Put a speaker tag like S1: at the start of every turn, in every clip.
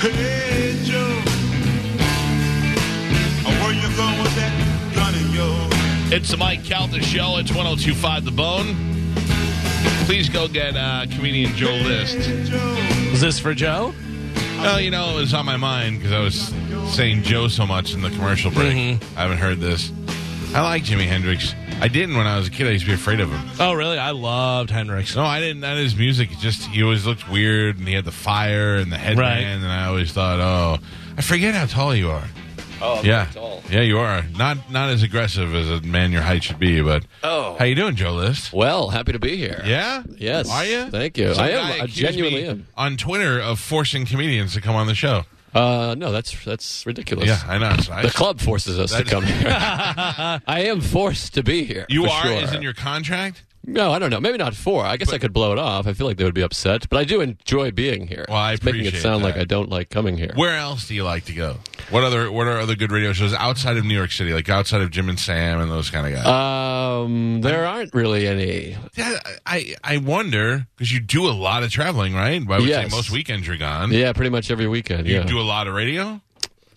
S1: Hey Joe, Oh, where you going with that gun of yours?
S2: It's the Mike Calta Show. It's 1025 The Bone. Please go get uh, comedian Joe List.
S1: Hey, Joe.
S3: Is this for Joe?
S2: Oh, you know, it was on my mind because I was saying Joe so much in the commercial break.
S3: Mm-hmm.
S2: I haven't heard this. I like Jimi Hendrix. I didn't when I was a kid. I used to be afraid of him.
S3: Oh, really? I loved Hendrix.
S2: No, I didn't. Not his music. It just he always looked weird, and he had the fire and the headband,
S3: Right.
S2: and I always thought, oh, I forget how tall you are. Oh, yeah, yeah, you are not not as aggressive as a man your height should be. But
S4: Oh.
S2: how you doing, Joe List?
S4: Well, happy to be here.
S2: Yeah.
S4: Yes.
S2: Are you?
S4: Thank you.
S2: Some
S4: I
S2: guy
S4: am. I
S2: accused
S4: genuinely
S2: me
S4: am.
S2: On Twitter, of forcing comedians to come on the show.
S4: Uh, no, that's that's ridiculous.
S2: Yeah, I know. So I-
S4: The club forces us to
S2: That-
S4: come here. I am forced to be here.
S2: You
S4: for
S2: are
S4: sure.
S2: is in your contract.
S4: No, I don't know. Maybe not four. I guess I could blow it off. I feel like they would be upset, but I do enjoy being here.
S2: Well, I
S4: it's making it
S2: appreciate
S4: sound like
S2: that.
S4: I don't like coming here.
S2: Where else do you like to go? What other What are other good radio shows outside of New York City? Like outside of Jim and Sam and those kind of
S4: Uh,
S2: guys.
S4: um, there aren't really any.
S2: Yeah, I I wonder because you do a lot of traveling, right? I would
S4: Yes.
S2: say most weekends you're gone.
S4: Yeah, pretty much every weekend.
S2: You
S4: yeah.
S2: do a lot of radio.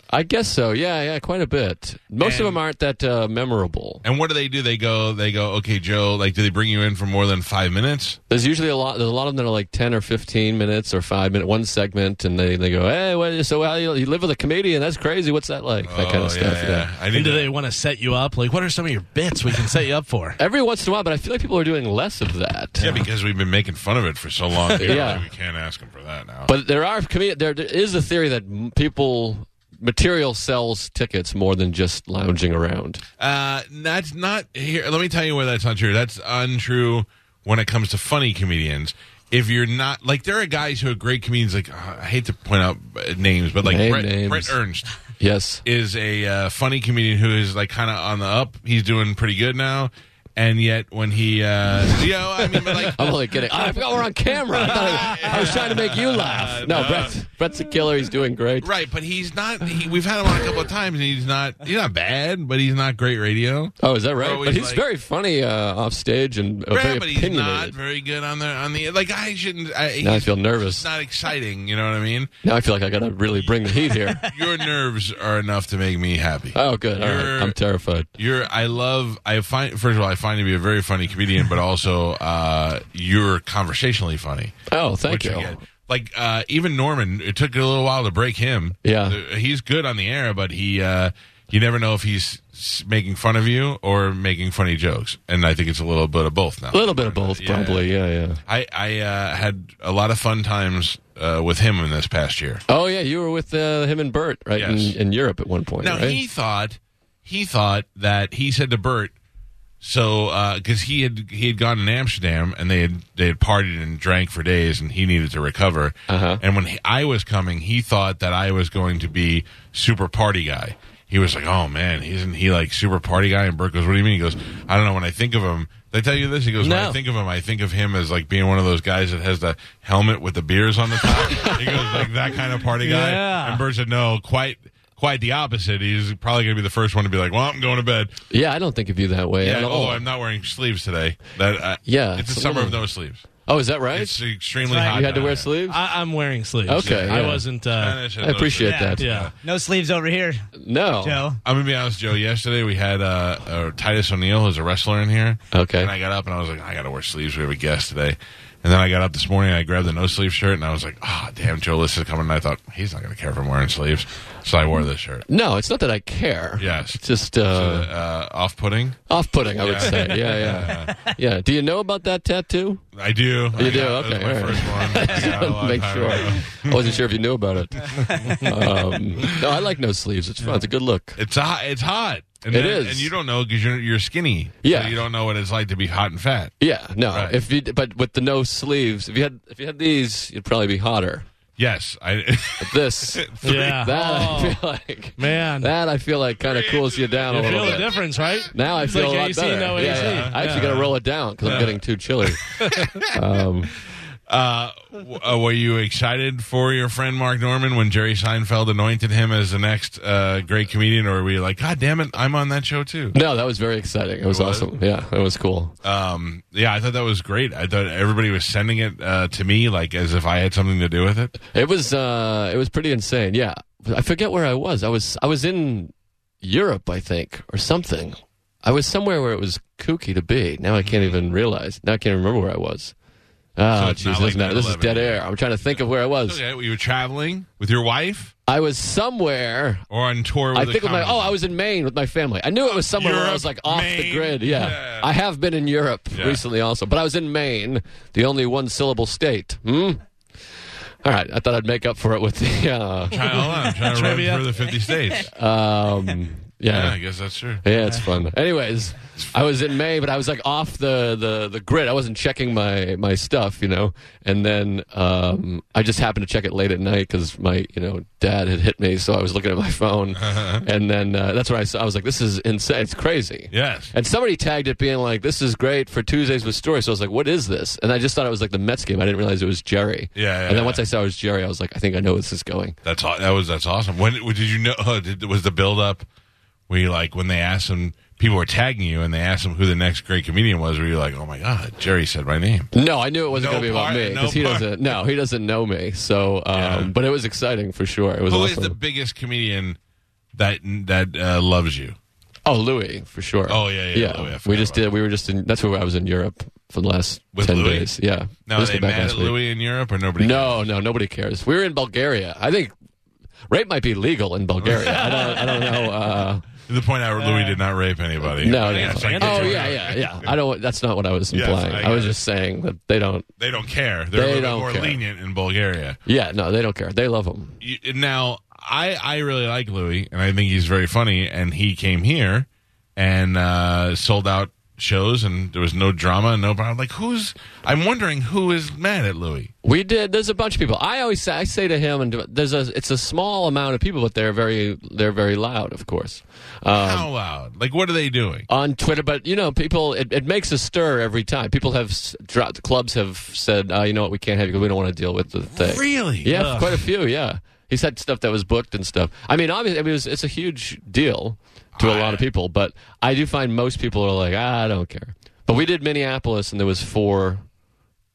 S4: I guess so. Yeah, yeah, quite a bit. Most of
S2: And-
S4: them aren't that uh, memorable.
S2: And what do they do? They go. They go. Okay, Joe. Like, do they bring you in for more than five minutes?
S4: There's usually a lot. There's a lot of them that are like ten or fifteen minutes or five minute one segment, and they, they go, "Hey, what, so how you, you live with a comedian? That's crazy. What's that like? That kind
S2: Oh,
S4: of stuff." Yeah,
S2: I
S3: And
S2: need
S3: do
S2: that.
S3: they want to set you up? Like, what are some of your bits we can set you up for?
S4: Every once in a while, but I feel like people are doing less of that.
S2: Yeah, because we've been making fun of it for so long. here,
S4: Yeah.
S2: like, we can't ask him for that now.
S4: But there are comed- there, there is a theory that m- people material sells tickets more than just lounging around.
S2: uh, that's not here. Let me tell you where that's not true. That's untrue when it comes to funny comedians. If you're not like, there are guys who are great comedians. Like, uh, I hate to point out uh, names, but like
S4: Name
S2: Brett,
S4: names.
S2: Brett Ernst
S4: Yes.
S2: is a uh, funny comedian who is like kind of on the up. He's doing pretty good now. And yet, when he, uh, you know, I mean, but like,
S4: I'm only kidding. Ah, I forgot we're on camera. I, thought I, I was trying to make you laugh. No, Brett's, Brett's a killer. He's doing great.
S2: Uh, right? But he's not. He, we've had him on a couple of times, and he's not. He's not bad, but he's not great radio.
S4: Oh, is that right?
S2: Oh,
S4: but
S2: he's
S4: he's
S2: like-
S4: very funny uh, off stage and uh,
S2: Right,
S4: very
S2: but he's not
S4: opinionated.
S2: very good on the on the like. I shouldn't. I,
S4: Now I
S2: he's
S4: feel nervous.
S2: it's not exciting. You know what I mean?
S4: Now I feel like I gotta really bring the heat here.
S2: Your nerves are enough to make me happy.
S4: Oh, good. All right.
S2: You're-
S4: I'm terrified.
S2: You're. I love. I find. First of all, I find you to be a very funny comedian, but also uh, you're conversationally funny.
S4: Oh, thank
S2: which
S4: you.
S2: again, Like uh, even Norman, it took a little while to break him.
S4: Yeah.
S2: Uh, he's good on the air, but he. Uh, you never know if he's s- making fun of you or making funny jokes, and I think it's a little bit of both now.
S4: A little bit of both,
S2: Yeah.
S4: probably. Yeah, yeah.
S2: I I uh, had a lot of fun times uh, with him in this past year.
S4: Oh, yeah. You were with uh, him and Bert, right?
S2: Yes.
S4: In, in Europe at one point,
S2: Now
S4: right?
S2: he thought he thought that he said to Bert, so because he had he had gone in Amsterdam and they had they had partied and drank for days and he needed to recover.
S4: Uh-huh.
S2: And when he, I was coming, he thought that I was going to be super party guy. He was like, "Oh man, isn't he like super party guy?" And Bert goes, "What do you mean?" He goes, "I don't know. When I think of him, did I tell you this." He goes, "When I
S4: No.
S2: think of him, I think of him as like being one of those guys that has the helmet with the beers on the top." he goes, "Like that kind of party guy."
S3: Yeah.
S2: And Bert said, "No, quite." Quite the opposite. He's probably going to be the first one to be like, "Well, I'm going to bed."
S4: yeah, I don't think of you that way
S2: Yeah.
S4: at all.
S2: Oh, I'm not wearing sleeves today. That uh,
S4: Yeah,
S2: It's a
S4: it's a
S2: summer of
S4: little-
S2: no sleeves.
S4: oh, is that right?
S2: It's extremely
S3: That's right.
S2: hot.
S4: you had to
S2: down
S4: wear
S2: here.
S4: sleeves?
S3: I, I'm wearing sleeves.
S4: Okay,
S3: I
S4: yeah.
S3: wasn't. Uh,
S2: Spanish
S4: I
S2: and those
S4: appreciate
S2: things.
S3: yeah,
S4: that.
S3: yeah.
S5: No sleeves over here.
S4: No.
S5: Joe.
S2: I'm gonna be honest, Joe. Yesterday we had uh, uh, Titus O'Neill, who's a wrestler in here.
S4: Okay.
S2: And I got up and I was like, I gotta wear sleeves. We have a guest today. And then I got up this morning and I grabbed the no sleeve shirt and I was like, ah, damn, Joe List is coming. And I thought he's not gonna care if I'm wearing sleeves, so I wore this shirt.
S4: No, it's not that I care.
S2: Yes.
S4: It's just uh,
S2: Uh, off putting.
S4: off putting, I would
S2: yeah.
S4: say. Yeah, yeah. Yeah. Do you know about that tattoo?
S2: I do. I
S4: You do?
S2: got- that was
S4: Okay,
S2: my
S4: all right.
S2: first one. Oh, I got a long
S4: Make
S2: time
S4: sure.
S2: ago.
S4: I wasn't sure if you knew about it. Um, no, I like no sleeves. It's fun. It's a good look.
S2: It's hot. It's hot. And
S4: It
S2: then-
S4: is.
S2: and you don't know because you're you're skinny.
S4: Yeah.
S2: so you don't know what it's like to be hot and fat.
S4: Yeah, no.
S2: Right.
S4: If you but with the no sleeves, if you had if you had these, you'd probably be hotter.
S2: Yes, I.
S4: But this,
S3: Yeah.
S4: that I feel like
S3: Man.
S4: that I feel like kind of cools you down a
S3: you
S4: little
S3: feel the
S4: bit.
S3: difference, right?
S4: Now I
S3: It's
S4: feel
S3: like
S4: a lot
S3: AC,
S4: better.
S3: no
S4: yeah,
S3: AC.
S4: yeah. I
S3: Yeah.
S4: actually got to roll it down because I'm getting too chilly. um,
S2: w- uh, were you excited for your friend Mark Norman when Jerry Seinfeld anointed him as the next uh, great comedian, or were you like, God damn it, I'm on that show too?
S4: no, that was very exciting. It was awesome. Yeah, it was cool.
S2: Um, yeah, I thought that was great. I thought everybody was sending it uh, to me like as if I had something to do with it.
S4: It was uh, it was pretty insane. Yeah, I forget where I was. I was I was in Europe, I think, or something. I was somewhere where it was kooky to be. Now I can't even realize. Now I can't remember where I was. Oh,
S2: Hmm. it's
S4: jeez,
S2: not
S4: doesn't
S2: like
S4: matter. This is
S2: 9/11.
S4: dead air. I'm trying to think of where I was.
S2: Okay, you were traveling with your wife
S4: I was somewhere.
S2: or on tour. With
S4: I
S2: a
S4: think with my
S2: comedy-
S4: oh, I was in Maine with my family. I knew it was somewhere where I
S2: Europe,
S4: was like off
S2: Maine,
S4: the grid. Yeah.
S2: yeah.
S4: I have been in Europe
S2: Yeah.
S4: recently also, but I was in Maine, the only one syllable state. Hmm. All right, I thought I'd make up for it with the uh,
S2: Try- hold on, I'm trying to
S3: Trivia.
S2: run through the 50 states.
S4: Um,
S2: yeah,
S4: yeah.
S2: I guess that's true.
S4: Yeah, it's fun. Anyways, I was in May, but I was like off the, the, the grid. I wasn't checking my, my stuff, you know. And then um, I just happened to check it late at night because my you know dad had hit me, so I was looking at my phone.
S2: Uh-huh.
S4: And then uh, that's where I saw. I was like, "This is insane. It's crazy."
S2: Yes.
S4: And somebody tagged it being like, "This is great for Tuesdays with stories." So I was like, "What is this?" And I just thought it was like the Mets game. I didn't realize it was Jerry.
S2: Yeah, yeah,
S4: and then
S2: yeah.
S4: once I saw it was Jerry, I was like, "I think I know where this is going."
S2: That's aw- that was that's awesome. When did you know? uh, Did, was the build up? Were you like when they asked him? People were tagging you, and they asked him who the next great comedian was. Were you like, oh my god, Jerry said my name?
S4: No, I knew it wasn't
S2: No
S4: going to be about
S2: part-
S4: me
S2: no
S4: because he
S2: part.
S4: doesn't. No, he doesn't know me. So, um, but it was exciting for sure. It was
S2: Who is
S4: awesome.
S2: the biggest comedian that that uh, loves you?
S4: oh, Louis for sure.
S2: Oh, yeah, yeah, Louis, I
S4: we
S2: forgot
S4: just
S2: about
S4: did. We were just in. That's where I was in Europe for the last
S2: With
S4: ten
S2: Louis?
S4: days. Yeah.
S2: Now are
S4: Just
S2: they
S4: back
S2: mad
S4: last
S2: at
S4: week.
S2: Louis in Europe or nobody?
S4: No, no, nobody cares. We were in Bulgaria. I think rape might be legal in Bulgaria. I don't. I don't know. Uh,
S2: cares? To the point out Louis did not rape anybody.
S4: no,
S2: Yeah,
S4: no.
S2: it's like-
S4: Oh, yeah, yeah, yeah. I don't. That's not what I was
S2: Yes,
S4: implying.
S2: I
S4: I
S2: got
S4: was
S2: it.
S4: just saying that they don't.
S2: They don't care. They're
S4: They
S2: a little
S4: don't
S2: bit more
S4: care.
S2: lenient in Bulgaria.
S4: Yeah, no, they don't care. They love him.
S2: you, now I I really like Louis and I think he's very funny and he came here and uh, sold out shows and there was no drama no problem like who's I'm wondering who is mad at Louis
S4: We did. There's a bunch of people. I always say, I say to him, and to- there's a. It's a small amount of people, but they're very they're very loud, of course, um,
S2: how loud like what are they doing
S4: on Twitter. But you know, people it, it makes a stir every time. People have s- dropped. Clubs have said, uh, you know what, we can't have you because we don't want to deal with the thing.
S2: really
S4: Yeah, quite a few. Yeah, he's had stuff that was booked and stuff. I mean, obviously, I mean, it was, it's a huge deal to a lot of people, but I do find most people are like, ah, I don't care. But we did Minneapolis, and there was four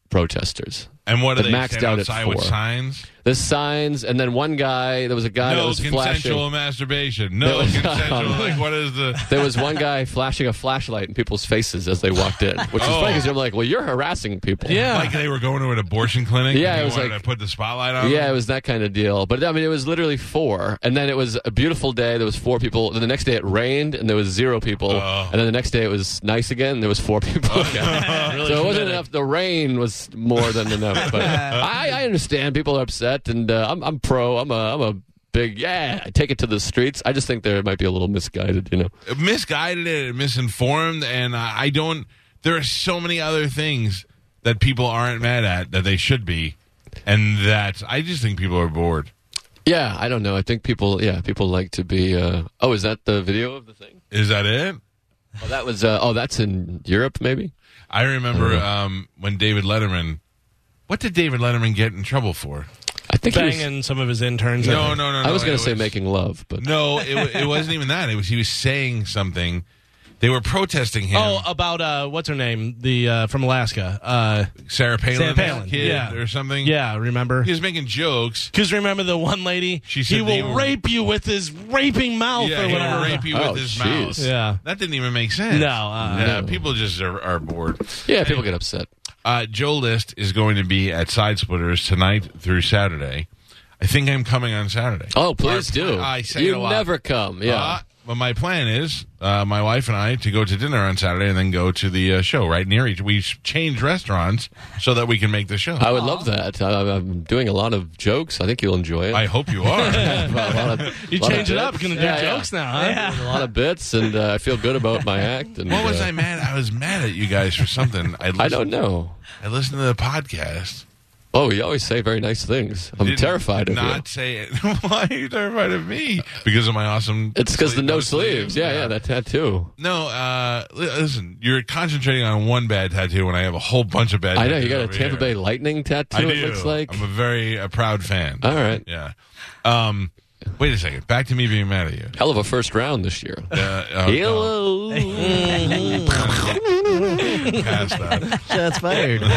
S4: protesters.
S2: and what are
S4: The
S2: they
S4: maxed
S2: stand
S4: out at
S2: outside with
S4: four.
S2: signs
S4: the signs, and then one guy. There was a guy that
S2: no
S4: was
S2: consensual
S4: flashing.
S2: masturbation no
S4: was-
S2: consensual like what is the
S4: There was one guy flashing a flashlight in people's faces as they walked in, which is
S2: Oh.
S4: funny because I'm like, well, you're harassing people.
S2: like they were going to an abortion clinic
S4: Yeah,
S2: and
S4: it
S2: they
S4: was
S2: wanted
S4: like-
S2: to put the spotlight on
S4: Yeah, it
S2: them?
S4: was that kind of deal. But I mean, it was literally four, and then it was a beautiful day. There was four people. Then the next day it rained, and there was zero people.
S2: Oh.
S4: And then the next day it was nice again, and there was four people.
S3: Really
S4: so it wasn't
S3: committed.
S4: enough. The rain was more than enough. But I, I understand people are upset, and uh, I'm, I'm pro. I'm a, I'm a big yeah. I take it to the streets. I just think there might be a little misguided, you know.
S2: misguided and misinformed and I, I don't there are so many other things that people aren't mad at that they should be and that's i just think people are bored
S4: Yeah, I don't know. I think people, yeah, people like to be. Uh, oh, is that the video of the thing?
S2: is that it
S4: Oh, that was. Uh, oh, that's in Europe, maybe.
S2: i remember
S3: Mm-hmm.
S2: um, when david letterman what did david letterman get in trouble for
S4: I think he was-
S3: Banging some of his interns. I
S2: no
S3: think.
S2: no no no
S4: I was going
S2: it
S4: to say making love, but
S2: no it, wa- it wasn't even that it was he was saying something they were protesting him
S3: Oh, about uh, what's her name? The uh, from Alaska. Uh,
S2: sarah palin,
S3: Sarah
S2: that
S3: Palin,
S2: kid
S3: yeah.
S2: or something
S3: yeah, remember?
S2: he was making jokes
S3: Because remember the one lady?
S2: She said
S3: he
S2: they
S3: will
S2: were-
S3: rape you with his raping mouth
S2: yeah,
S3: or
S2: he
S3: Oh, whatever.
S2: will rape you
S4: Oh,
S2: with his
S4: jeez.
S2: mouth.
S3: Yeah.
S2: That didn't even make sense.
S3: No, uh,
S2: yeah,
S4: No.
S2: people just are, are bored.
S4: yeah, people get upset.
S2: Uh, Joe List is going to be at Side Splitters tonight through Saturday. I think I'm coming on Saturday.
S4: Oh, please
S2: Or-
S4: do.
S2: I say
S4: you
S2: it a lot.
S4: never come. Yeah,
S2: Uh, But my plan is uh, my wife and I to go to dinner on Saturday and then go to the uh, show right near each. We change restaurants so that we can make the show.
S4: I would love
S2: uh-huh.
S4: that. I, I'm doing a lot of jokes. I think you'll enjoy it.
S2: I hope you are.
S4: A lot of-
S3: You
S4: lot of
S3: change it up.
S4: bits.
S3: Going to do
S4: Yeah, yeah.
S3: jokes now, huh?
S4: A lot of bits, and uh, I feel good about my act. And
S2: what was
S4: uh,
S2: I mad? I was mad at you guys for something. I, listened,
S4: I don't know.
S2: I listened to the podcast.
S4: Oh, you always say very nice things. I'm
S2: Did-
S4: terrified
S2: did
S4: of
S2: not
S4: you.
S2: say it. Why are you terrified of me? Because of my awesome.
S4: It's because the
S2: sleeve-
S4: no sleeves. Yeah, yeah, that tattoo.
S2: No, uh, li- listen, you're concentrating on one bad tattoo when I have a whole bunch of bad
S4: I know
S2: tattoos
S4: you got a
S2: over
S4: Tampa
S2: here.
S4: Bay Lightning tattoo.
S2: I do.
S4: It looks like.
S2: I'm a very uh proud fan.
S4: All right.
S2: Yeah. Um, wait a second. Back to me being mad at you.
S4: Hell of a first round this year.
S2: Uh, oh, no,
S4: Hello.
S2: pass
S3: Oh,
S2: that.
S6: That's fired.
S3: Uh,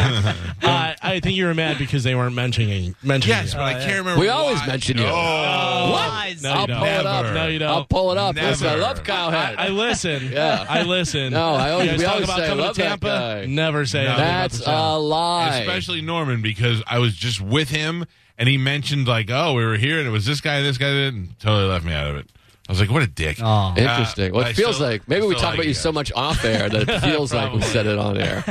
S3: I think you were mad because they weren't mentioning mentioning.
S2: Yes,
S3: you.
S2: but I can't remember.
S4: We always
S2: why.
S4: mention you.
S2: Oh,
S6: Lies.
S3: No,
S4: I'll
S3: you don't.
S4: pull it
S2: Never.
S4: up.
S3: No, you don't.
S4: I'll pull it up. Listen, I
S2: Never.
S4: love Cowhead.
S3: I listen.
S4: Yeah.
S3: I listen.
S4: No, I always-
S3: you guys
S4: we
S3: talk
S4: always
S3: about
S4: say,
S3: coming
S4: "Love
S3: to
S4: that
S3: Tampa.
S4: guy."
S3: Never say
S2: No.
S3: anything about
S4: That's
S3: the show.
S4: a lie.
S2: especially Norman because I was just with him and he mentioned like, oh, we were here and it was this guy, this guy, and totally left me out of it. I was like, what a dick.
S6: Aw.
S4: Interesting. well,
S2: Uh, I
S4: it feels
S2: still-
S4: like maybe
S2: I
S4: we
S2: still
S4: talk
S2: like
S4: about
S2: you
S4: you so
S2: guys.
S4: much off air that it feels like we
S2: Probably.
S4: said it on air.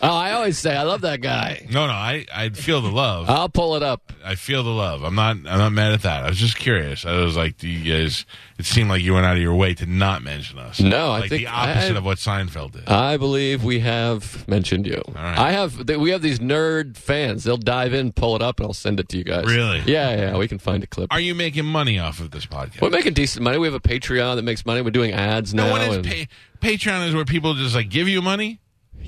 S4: Oh, I always say I love that guy.
S2: No, no, I I feel the love.
S4: I'll pull it up.
S2: I feel the love. I'm not. I'm not mad at that. I was just curious. I was like, do you guys? It seemed like you went out of your way to not mention us.
S4: No, I
S2: like
S4: think
S2: the opposite
S4: I- Uh.
S2: of what Seinfeld did.
S4: I believe we have mentioned you.
S2: right.
S4: I have. Th- we have these nerd fans. They'll dive in, pull it up, and I'll send it to you guys.
S2: Really?
S4: Yeah, yeah. We can find a clip.
S2: Are you making money off of this podcast?
S4: We're making decent money. We have a Patreon that makes money. We're doing ads
S2: no
S4: now.
S2: one is
S4: and-
S2: pay- Patreon is where people just like give you money.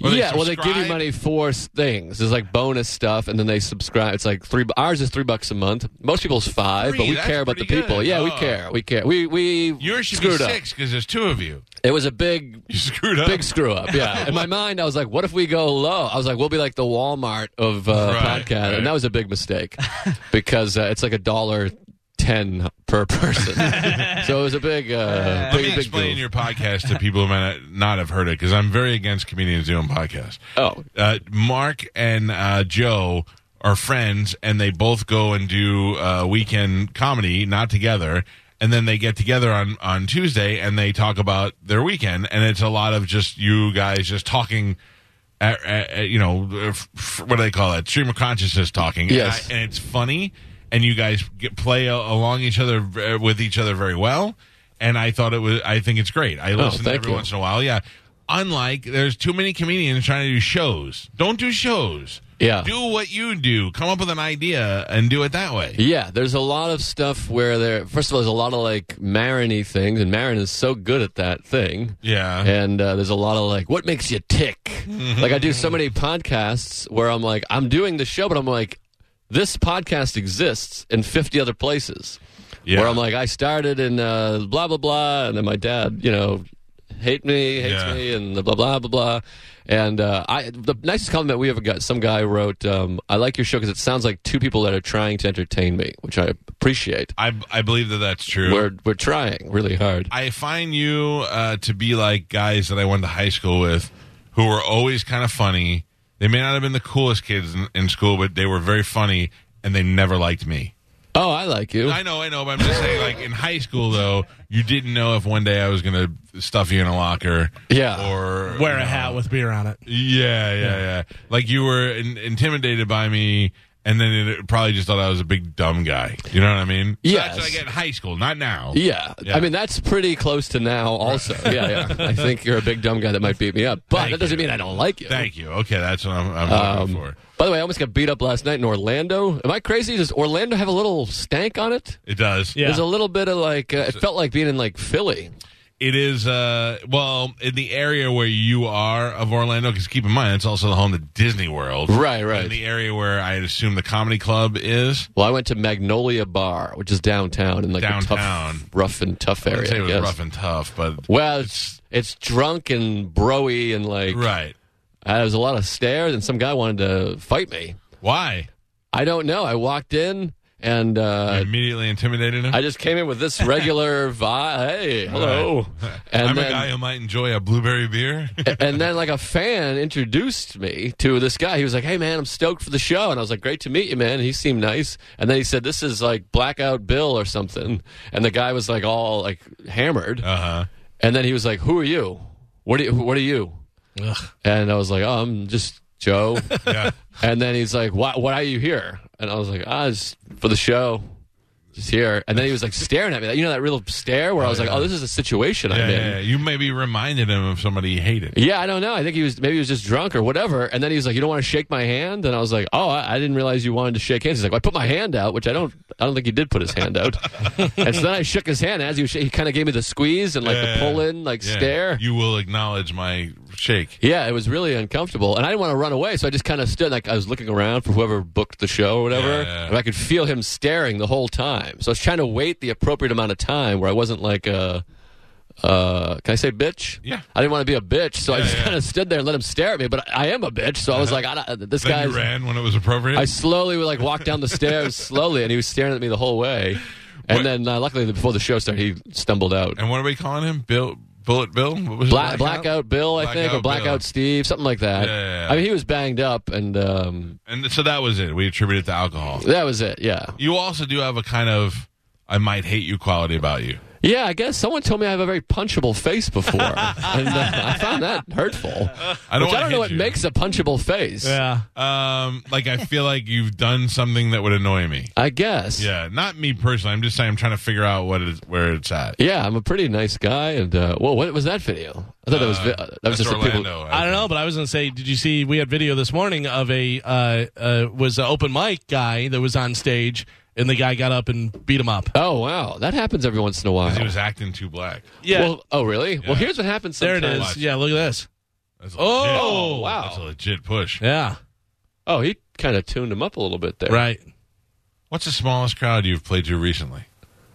S2: Or
S4: yeah, well, they give you
S2: subscribe?
S4: money for s- things. There's like bonus stuff, and then they subscribe. It's like three. bu- Ours is three bucks a month. Most people's five, but
S2: Three,
S4: we
S2: that's
S4: care about the
S2: pretty
S4: people.
S2: good.
S4: Yeah, we
S2: Oh.
S4: care. We care. We we
S2: Yours should
S4: screwed
S2: be
S4: up.
S2: six because there's two of you.
S4: It was a big
S2: You screwed up.
S4: big screw up. Yeah. In my mind, I was like, what if we go low? I was like, we'll be like the Walmart of uh,
S2: Right,
S4: podcast,
S2: right.
S4: and that was a big mistake because uh, it's like a dollar ten per person. so it was a big. Uh,
S2: Let
S4: big,
S2: me
S4: big
S2: explain
S4: goof.
S2: your podcast to people who might not have heard it because I'm very against comedians doing podcasts.
S4: Oh.
S2: Uh, Mark and uh, Joe are friends, and they both go and do uh, weekend comedy, not together. And then they get together on, on Tuesday and they talk about their weekend, and it's a lot of just you guys just talking. At, at- at, you know, uh, f- f- what do they call it? Stream of consciousness talking. And
S4: Yes.
S2: I- and it's funny, and you guys get, play a- along each other uh, with each other very well. And I thought it was. I think it's great. I listen
S4: Oh, thank
S2: every
S4: you.
S2: once in a while. Yeah. Unlike there's too many comedians trying to do shows. Don't do shows.
S4: Yeah.
S2: Do what you do. Come up with an idea and do it that way.
S4: Yeah, there's a lot of stuff where there. First of all, there's a lot of like Marin-y things, and Marin is so good at that thing.
S2: Yeah.
S4: And uh, there's a lot of like, what makes you tick?
S2: Mm-hmm.
S4: Like I do so many podcasts where I'm like, I'm doing the show, but I'm like, this podcast exists in 50 other places.
S2: Yeah.
S4: Where I'm like, I started in uh, blah blah blah, and then my dad, you know, hate me, hates
S2: Yeah.
S4: me, and the blah blah blah blah. And uh, I, the nicest compliment we ever got, some guy wrote, um, "I like your show because it sounds like two people that are trying to entertain me," which I appreciate.
S2: I I believe that that's true.
S4: We're we're trying really hard.
S2: I find you uh, to be like guys that I went to high school with who were always kind of funny. They may not have been the coolest kids in, in school, but they were very funny and they never liked me.
S4: oh, I like you.
S2: I know, I know, but I'm just saying, like in high school, though, you didn't know if one day I was going to stuff you in a locker,
S4: Yeah.
S2: or
S3: Wear
S2: you
S3: a
S2: know.
S3: hat with beer on it.
S2: Yeah, yeah, yeah. Like you were in- intimidated by me, and then it probably just thought I was a big dumb guy. You know what I mean? So
S4: Yes.
S2: That's what I get in high school, not now.
S4: Yeah.
S2: Yeah.
S4: I mean that's pretty close to now. Also, yeah, yeah. I think you're a big dumb guy that might beat me up, but
S2: Thank
S4: that doesn't
S2: you.
S4: mean I don't like you.
S2: Thank you. Okay, that's what I'm, I'm looking for.
S4: By the way, I almost got beat up last night in Orlando. Am I crazy? Does Orlando have a little stank on it?
S2: It does.
S3: Yeah.
S4: There's a little bit of like uh, it felt like being in like Philly.
S2: It is, uh, well, in the area where you are of Orlando, because keep in mind, it's also the home to Disney World.
S4: Right, right.
S2: In the area where I assume the comedy club is.
S4: Well, I went to Magnolia Bar, which is downtown in like a
S2: Downtown.
S4: tough, rough and tough
S2: I
S4: area.
S2: would say it
S4: I
S2: was
S4: guess.
S2: rough and tough, but.
S4: well, it's it's drunk and broy and like
S2: Right.
S4: uh, there's a lot of stairs and some guy wanted to fight me.
S2: Why?
S4: I don't know. I walked in and
S2: You
S4: uh,
S2: immediately intimidated him.
S4: I just came in with this regular vibe. Hey, hello. And
S2: I'm
S4: then-
S2: a guy who might enjoy a blueberry beer.
S4: and then like a fan introduced me to this guy. He was like, "Hey man, I'm stoked for the show," and I was like, "Great to meet you, man." And he seemed nice, and then he said, "This is like Blackout Bill or something," and the guy was like all like hammered,
S2: Uh huh.
S4: and then he was like, "Who are you? What are you? What are you?" And I was like, oh, "I'm just Joe."
S2: Yeah.
S4: and then he's like, "Why? Why are you here?" And I was like, "Ah, just for the show." Just here, and then he was like staring at me. You know that real stare where I was like,
S2: yeah.
S4: "Oh, this is a situation
S2: Yeah,
S4: I'm in."
S2: yeah, yeah. You maybe reminded him of somebody he hated.
S4: Yeah, I don't know. I think he was maybe he was just drunk or whatever. And then he was like, "You don't want to shake my hand?" And I was like, "Oh, I, I didn't realize you wanted to shake hands." He's like, well, "I put my hand out," which I don't. I don't think he did put his hand out. and so then I shook his hand as he was. sh- He kind of gave me the squeeze and like
S2: Yeah,
S4: the pull in, like
S2: yeah.
S4: stare.
S2: You will acknowledge my shake.
S4: yeah, it was really uncomfortable, and I didn't want to run away, so I just kind of stood. Like I was looking around for whoever booked the show or whatever,
S2: Yeah, yeah.
S4: and I could feel him staring the whole time. So I was trying to wait the appropriate amount of time where I wasn't like, uh, uh, can I say bitch?
S2: Yeah.
S4: I didn't want to be a bitch, so I
S2: Yeah,
S4: just
S2: yeah. Uh-huh.
S4: kind of stood there and let him stare at me. But I am a bitch, so I was like, I don't, this
S2: Then you
S4: guy's.
S2: ran when it was appropriate.
S4: I slowly would like walk down the stairs slowly, and he was staring at me the whole way. And
S2: What-
S4: then, uh, luckily, before the show started, he stumbled out.
S2: and what are we calling him? Bill Bullet Bill? What was it?
S4: Black, blackout Bill, I think, or
S2: Blackout Bill.
S4: Blackout Steve, something like that.
S2: Yeah, yeah, yeah.
S4: I mean, he was banged up, and um,
S2: And so that was it. We attributed it to alcohol.
S4: that was it. Yeah,
S2: You also do have a kind of I might hate you quality about you.
S4: yeah. I guess someone told me I have a very punchable face before, and uh, I found that hurtful.
S2: I don't
S4: Which I
S2: wanna
S4: don't
S2: hit
S4: know what
S2: you.
S4: makes a punchable face.
S3: Yeah.
S2: Um, like I feel like you've done something that would annoy me.
S4: I guess.
S2: Yeah, not me personally. I'm just saying I'm trying to figure out what is where it's at.
S4: Yeah, I'm a pretty nice guy, and uh, whoa, what was that video? I thought that was vi- uh, that
S2: That's
S4: was just the
S2: Orlando.
S4: people.
S3: I don't know, but I was gonna say, did you see? We had video this morning of a uh, uh, was an open mic guy that was on stage, and the guy got up and beat him up.
S4: Oh wow, that happens every once in a while.
S2: He was acting too black.
S3: Yeah,
S4: Well, oh really? Well, here's what happens.
S3: there
S4: Sometimes.
S3: it is. Yeah, look at this.
S2: That's a
S3: Oh,
S2: legit-
S4: wow.
S2: that's a legit push.
S3: Yeah,
S4: Oh, he kind of tuned him up a little bit there.
S3: right.
S2: What's the smallest crowd you've played to recently?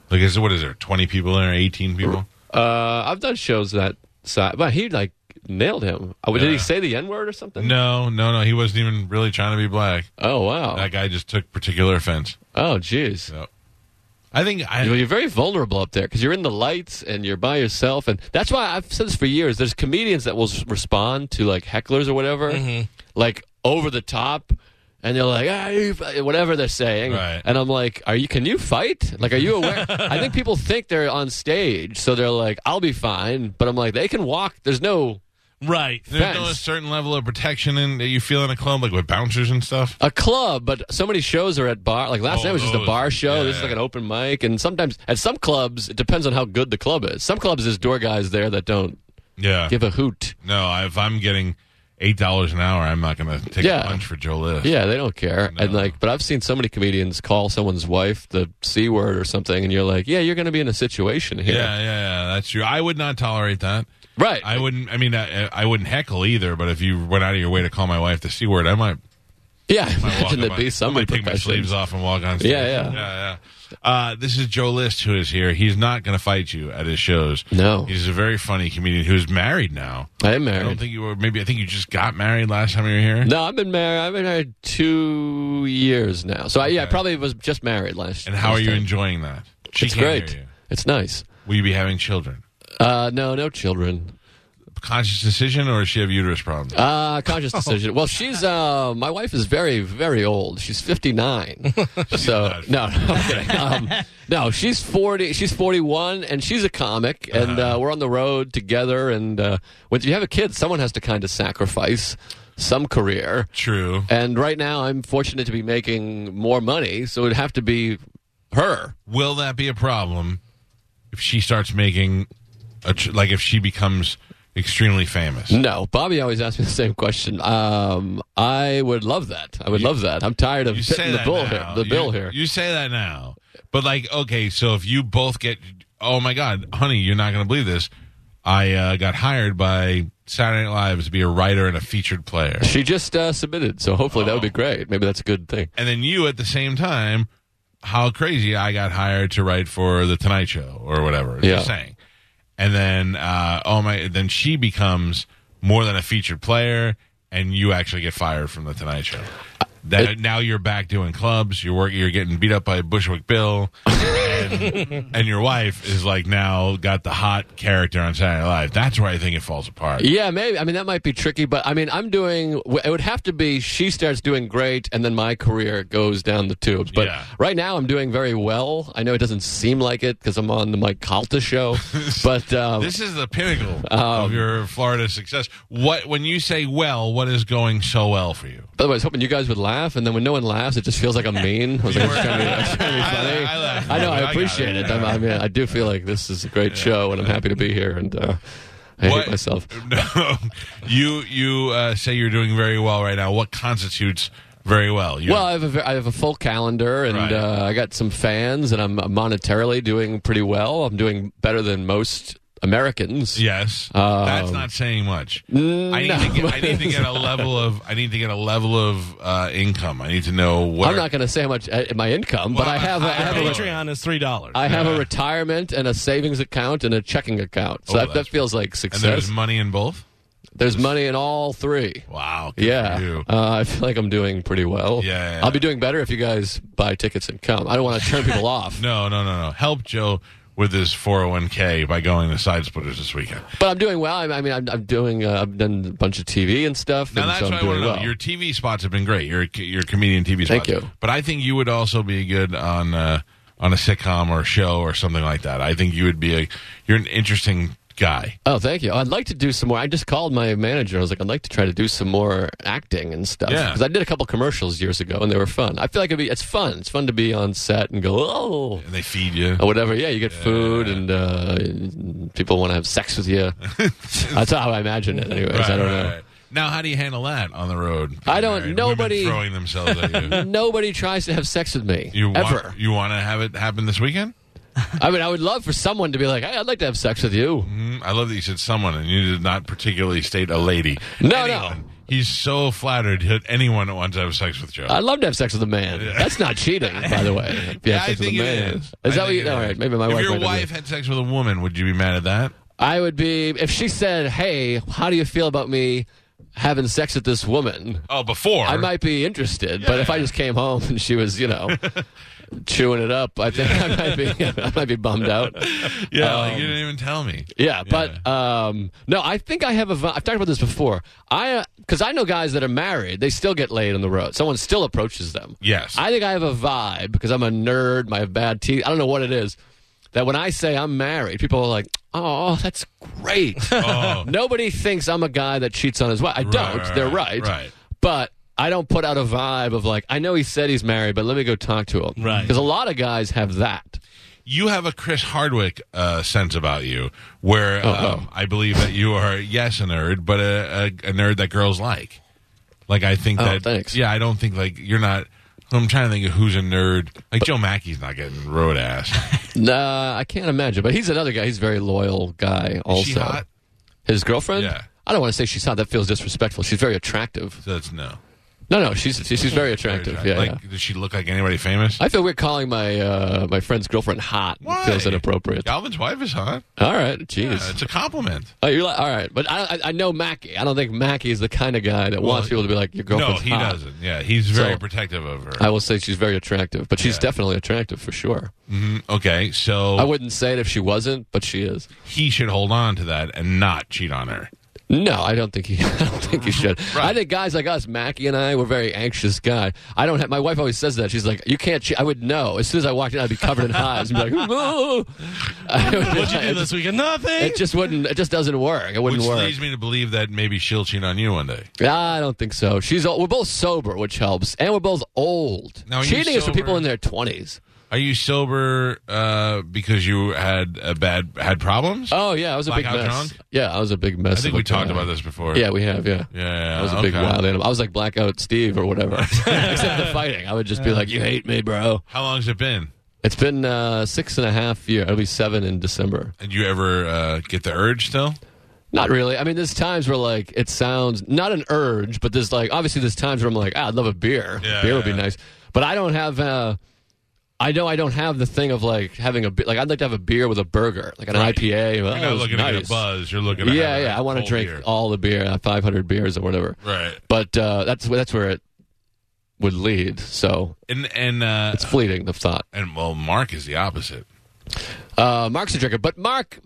S2: Like, is what is there? Twenty people in there? Eighteen people?
S4: Uh, I've done shows that side, but he like nailed him. Oh, Did
S2: Yeah.
S4: he say the N word or something?
S2: No, no, no. He wasn't even really trying to be black.
S4: Oh wow.
S2: That guy just took particular offense.
S4: oh jeez.
S2: So, I think I.
S4: You're very vulnerable up there because you're in the lights and you're by yourself, and that's why I've said this for years. There's comedians that will s- respond to like hecklers or whatever,
S2: Mm-hmm.
S4: like over the top, and they're like, ah, you f-" whatever they're saying,
S2: Right.
S4: and I'm like, are you? Can you fight? Like, are you aware? I think people think they're on stage, so they're like, I'll be fine, but I'm like, they can walk. There's no
S3: Right.
S2: There's no
S4: fence.
S2: certain level of protection in, that you feel in a club, like with bouncers and stuff.
S4: a club, but so many shows are at bar. Like last
S2: Oh,
S4: night was just a
S2: those.
S4: bar show.
S2: Yeah,
S4: this is like
S2: yeah.
S4: an open mic, and sometimes at some clubs it depends on how good the club is. Some clubs there's door guys there that don't
S2: Yeah.
S4: give a hoot.
S2: No, I- if I'm getting eight dollars an hour, I'm not going to take a
S4: Yeah.
S2: lunch for Joe List.
S4: Yeah, they don't care. And
S2: No.
S4: like, but I've seen so many comedians call someone's wife the c word or something, and you're like, yeah, you're going to be in a situation
S2: Yeah,
S4: here,
S2: yeah, yeah, that's true. I would not tolerate that.
S4: right?
S2: I wouldn't. I mean, I, I wouldn't heckle either. But if you went out of your way to call my wife the c word, I might.
S4: yeah, I
S2: might walk
S4: imagine
S2: on
S4: there'd
S2: my-
S4: be some
S2: I might take my
S4: repercussions.
S2: sleeves off and walk on. Stage.
S4: Yeah,
S2: yeah,
S4: yeah.
S2: yeah. Uh, this is Joe List who is here. He's not going to fight you at his shows.
S4: No.
S2: he's a very funny comedian who's married now.
S4: I am
S2: I
S4: married.
S2: don't think you were. Maybe I think you just got married last time you were here.
S4: no, I've been married. I've been married two years now. So I, yeah, I probably was just married last.
S2: And how
S4: last
S2: are you
S4: time.
S2: enjoying that? She
S4: It's
S2: can't
S4: great.
S2: hear you.
S4: It's nice.
S2: Will you be having children?
S4: Uh, no, no children.
S2: Conscious decision, or does she have uterus problems?
S4: Uh, conscious decision. Well, she's uh, my wife is very very old. She's fifty nine. so
S2: not.
S4: no, no, I'm kidding. um, no, she's forty. She's forty one, and she's a comic, and uh, we're on the road together. And uh, when you have a kid, someone has to kind of sacrifice some career.
S2: True.
S4: And right now, I'm fortunate to be making more money, so it'd have to be her.
S2: Will that be a problem if she starts making, a tr- like, if she becomes extremely famous?
S4: No, Bobby always asks me the same question. Um, I would love that. I would love that. I'm tired of
S2: You
S4: fitting
S2: say
S4: the
S2: that
S4: bill here.
S2: now.
S4: The
S2: You-
S4: bill here.
S2: You say that now, but like, okay, so if you both get, oh my God, honey, you're not going to believe this. I uh, got hired by Saturday Night Live to be a writer and a featured player,
S4: She just uh, submitted, so hopefully that would
S2: Oh.
S4: be great. Maybe that's a good thing.
S2: and then you at the same time. How crazy! I got hired to write for the Tonight Show or whatever.
S4: Yeah.
S2: Just saying. and then uh, oh my, then she becomes more than a featured player, and you actually get fired from the Tonight Show. That now you're back doing clubs. You're work. You're getting beat up by Bushwick Bill, and, and your wife is like now got the hot character on Saturday Night Live. That's where I think it falls apart.
S4: Yeah, maybe. I mean, that might be tricky, but I mean, I'm doing. It would have to be she starts doing great, and then my career goes down the tubes. But
S2: Yeah.
S4: right now, I'm doing very well. I know it doesn't seem like it because I'm on the Mike Calta show, but um,
S2: This is the pinnacle of your Florida success. What when you say well, what is going so well for you?
S4: By the way, I was hoping you guys would laugh, and then when no one laughs, it just feels like I'm mean. I was like, I'm trying to be, I'm trying to be
S2: I-
S4: funny.
S2: I laughed.
S4: know,
S2: I
S4: I
S2: got
S4: appreciate
S2: it.
S4: it. I'm- I mean, I do feel like this is a great show, and I'm happy to be here, and uh, I
S2: What-
S4: hate myself.
S2: No, you you uh, say you're doing very well right now. What constitutes very well? You-
S4: Well, I have a, ve- I have a full calendar, and
S2: Right.
S4: uh, I got some fans, and I'm monetarily doing pretty well. I'm doing better than most Americans.
S2: yes, that's
S4: um,
S2: not saying much.
S4: Mm,
S2: I need, to get, I need to get a level of I need to get a level of uh, income. I need to know what.
S4: I'm not going to say how much uh, my income, but I have a, I have a,
S3: Patreon is three dollars.
S4: I have a retirement and a savings account and a checking account. So
S2: Oh,
S4: that, that
S2: that's-
S4: feels like
S2: and there's
S4: success.
S2: money in both.
S4: There's money in all three.
S2: Wow. good for
S4: Yeah,
S2: you.
S4: uh, I feel like I'm doing pretty well.
S2: Yeah.
S4: I'll be doing better if you guys buy tickets and come. I don't want to turn people off,
S2: No, no, no, no. Help Joe with his 401k by going to Side Splitters this weekend.
S4: but I'm doing well. I, I mean, I'm, I'm doing. Uh, I've done a bunch of TV and stuff.
S2: Now
S4: and
S2: that's
S4: so I'm
S2: what I
S4: doing
S2: want to
S4: well.
S2: know. Your TV spots have been great. Your your comedian TV
S4: Thank
S2: spots.
S4: you.
S2: But I think you would also be good on uh, on a sitcom or a show or something like that. I think you would be a you're an interesting guy.
S4: Oh, thank you. I'd like to do some more. I just called my manager. I was like, I'd like to try to do some more acting and stuff.
S2: Yeah.
S4: Because I did a couple commercials years ago, and they were fun. I feel like it'd be, it's fun. It's fun to be on set and go, oh,
S2: And they feed you.
S4: or whatever. Yeah, you get food, and uh, people want to have sex with you. That's how I imagine it, anyways. I don't
S2: Right,
S4: know.
S2: right, right. Now, how do you handle that on the road?
S4: I don't-
S2: Women
S4: nobody-
S2: throwing themselves at you.
S4: Nobody tries to have sex with me
S2: You
S4: ever.
S2: want you want to have it happen this weekend?
S4: I mean, I would love for someone to be like, hey, I'd like to have sex with you.
S2: Mm, I love that you said someone, and you did not particularly state a lady.
S4: No, no.
S2: Anyone. He's so flattered that anyone wants to have sex with Joe.
S4: I'd love to have sex with a man. That's not cheating, by the way. if you have
S2: I
S4: sex with a
S2: think it
S4: man.
S2: is. I
S4: that what
S2: think
S4: you?
S2: it
S4: All
S2: is.
S4: right, maybe my
S2: if
S4: wife.
S2: your
S4: might
S2: wife had sex with a woman, would you be mad at that?
S4: I would be if she said, "Hey, how do you feel about me having sex with this woman?"
S2: Oh, before
S4: I might be interested, but if I just came home and she was, you know, chewing it up, I think I might be, I might be bummed out.
S2: Yeah,
S4: Um,
S2: like you didn't even tell me.
S4: Yeah, but um, no, I think I have a. vi- I've talked about this before. I because I know guys that are married, they still get laid on the road. Someone still approaches them.
S2: Yes.
S4: I think I have a vibe because I'm a nerd. My bad teeth. I don't know what it is. That when I say I'm married, people are like, "Oh, that's great."
S2: Oh,
S4: Nobody thinks I'm a guy that cheats on his wife. I don't.
S2: right,
S4: They're
S2: right,
S4: right.
S2: right.
S4: But I don't put out a vibe of like, I know he said he's married, but let me go talk to him.
S3: Right.
S4: Because a lot of guys have that.
S2: you have a Chris Hardwick uh, sense about you, where
S4: Oh,
S2: um, I believe that you are yes a nerd, but a, a, a nerd that girls like. Like I think that.
S4: Oh, thanks.
S2: Yeah, I don't think like you're not. I'm trying to think of who's a nerd. Like Joe Mackey's not getting road ass.
S4: Nah, I can't imagine. But he's another guy. He's a very loyal guy also.
S2: Is she hot?
S4: His girlfriend?
S2: Yeah.
S4: I don't want to say she's hot. That feels disrespectful. She's very attractive.
S2: So that's no.
S4: No, no, she's she's, she's very
S2: Very
S4: attractive.
S2: attractive.
S4: Yeah,
S2: like,
S4: yeah.
S2: does she look like anybody famous?
S4: I feel we're calling my uh, my friend's girlfriend hot. It Feels
S2: Why?
S4: inappropriate.
S2: Galvin's wife is hot.
S4: All right,
S2: Yeah,
S4: jeez.
S2: it's a compliment.
S4: Oh, you're like, all right, but I, I I know Mackie. I don't think Mackie is the kind of guy that wants people to be like your
S2: No,
S4: girlfriend's
S2: he
S4: hot.
S2: doesn't. Yeah, he's very
S4: So-
S2: protective of her.
S4: I will say she's very attractive, but she's definitely attractive for sure.
S2: okay, so
S4: I wouldn't say it if she wasn't, but she is.
S2: he should hold on to that and not cheat on her.
S4: No, I don't think he. I don't think he should. I think guys like us, Mackie and I, we're very anxious guy. I don't have. My wife always says that. She's like, you can't. Che-. I would know as soon as I walked in. I'd be covered in hives and be like, "Ooh." I would-
S3: What'd you do this weekend? Nothing.
S4: It just wouldn't. It just doesn't work. It
S2: Which
S4: wouldn't work.
S2: leads me to believe that maybe she'll cheat on you one day.
S4: I don't think so. She's old. we're both sober, which helps, and we're both old.
S2: Now, are you
S4: Cheating is for
S2: sober?
S4: people in their twenties.
S2: Are you sober uh, because you had a bad had problems?
S4: Oh yeah, I was a big
S2: Blackout
S4: mess.
S2: drunk?
S4: Yeah, I was a big mess.
S2: I think
S4: of a
S2: we talked
S4: guy.
S2: about this before.
S4: Yeah, we have. Yeah,
S2: Yeah,
S4: I was a big
S2: okay.
S4: wild animal. I was like blackout Steve or whatever, except the fighting. I would just be like, "You hate me, bro."
S2: How long's it been?
S4: It's been uh, six and a half year. It'll be seven in December.
S2: Did you ever uh, get the urge still?
S4: Not really. I mean, there's times where like it sounds not an urge, but there's like obviously there's times where I'm like, ah, I'd love a beer.
S2: Yeah,
S4: beer would be
S2: yeah.
S4: nice, but I don't have. Uh, I know I don't have the thing of like having a be- like I'd like to have a beer with a burger, like an IPA. Oh,
S2: You're not
S4: it's
S2: looking to get
S4: nice.
S2: a buzz. You're looking. to
S4: Yeah,
S2: have a
S4: yeah. I want to
S2: cold
S4: drink
S2: beer.
S4: all the beer, uh, 500 beers or whatever.
S2: Right.
S4: But uh, that's that's where it would lead. So
S2: And and uh,
S4: it's fleeting, the thought.
S2: and well, Mark is the opposite.
S4: Uh, Mark's a drinker, but Mark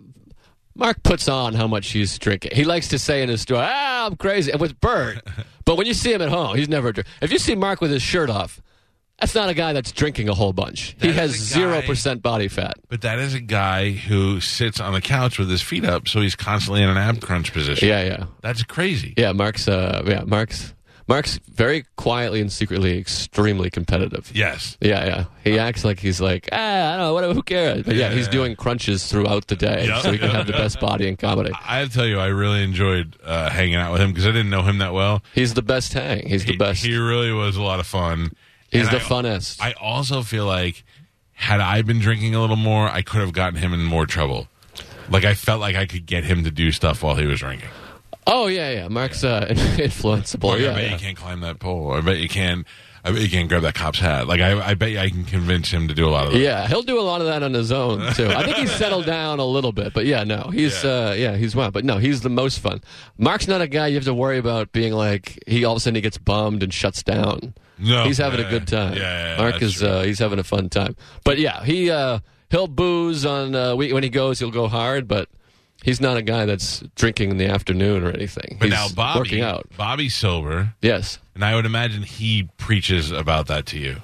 S4: Mark puts on how much he's drinking. He likes to say in his story, "Ah, I'm crazy." And with Bert, but when you see him at home, he's never a drink. If you see Mark with his shirt off, that's not a guy that's drinking a whole bunch.
S2: That
S4: he
S2: is
S4: has
S2: a guy-
S4: zero percent body fat.
S2: But that is a guy who sits on the couch with his feet up, so he's constantly in an ab crunch position.
S4: Yeah, yeah,
S2: that's crazy.
S4: yeah. Mark's, uh, yeah, Mark's, Mark's very quietly and secretly extremely competitive.
S2: Yes,
S4: Yeah, yeah. He
S2: Uh,
S4: acts like he's like, ah, I don't know, whatever, who cares? But yeah, he's doing crunches throughout the day
S2: Yeah,
S4: so he can
S2: yeah,
S4: have the
S2: yeah.
S4: best body in comedy.
S2: I tell you, I really enjoyed uh, hanging out with him because I didn't know him that well.
S4: He's the best hang. He's the
S2: He-
S4: best.
S2: He really was a lot of fun.
S4: he's
S2: And
S4: the
S2: I-
S4: funnest.
S2: I also feel like had I been drinking a little more, I could have gotten him in more trouble. Like I felt like I could get him to do stuff while he was drinking.
S4: oh, yeah, yeah. Mark's uh, influenceable.
S2: Like, I
S4: yeah,
S2: bet
S4: yeah.
S2: you can't climb that pole. I bet you can't. I bet you can't grab that cop's hat. Like I, I bet you I can convince him to do a lot of that.
S4: Yeah, he'll do a lot of that on his own too. I think he's settled down a little bit, but yeah, no, he's
S2: Yeah.
S4: yeah. uh yeah, he's wild. But no, he's the most fun. Mark's not a guy you have to worry about being like he all of a sudden he gets bummed and shuts down.
S2: No.
S4: he's having
S2: Yeah,
S4: a good time.
S2: yeah, yeah, yeah,
S4: Mark
S2: that's
S4: is
S2: true.
S4: uh, he's having a fun time. But yeah, he uh he'll booze on uh, we, when he goes. He'll go hard, but. He's not a guy that's drinking in the afternoon or anything.
S2: But
S4: he's
S2: now Bobby,
S4: working out.
S2: Bobby's sober,
S4: Yes.
S2: and I would imagine he preaches about that to you.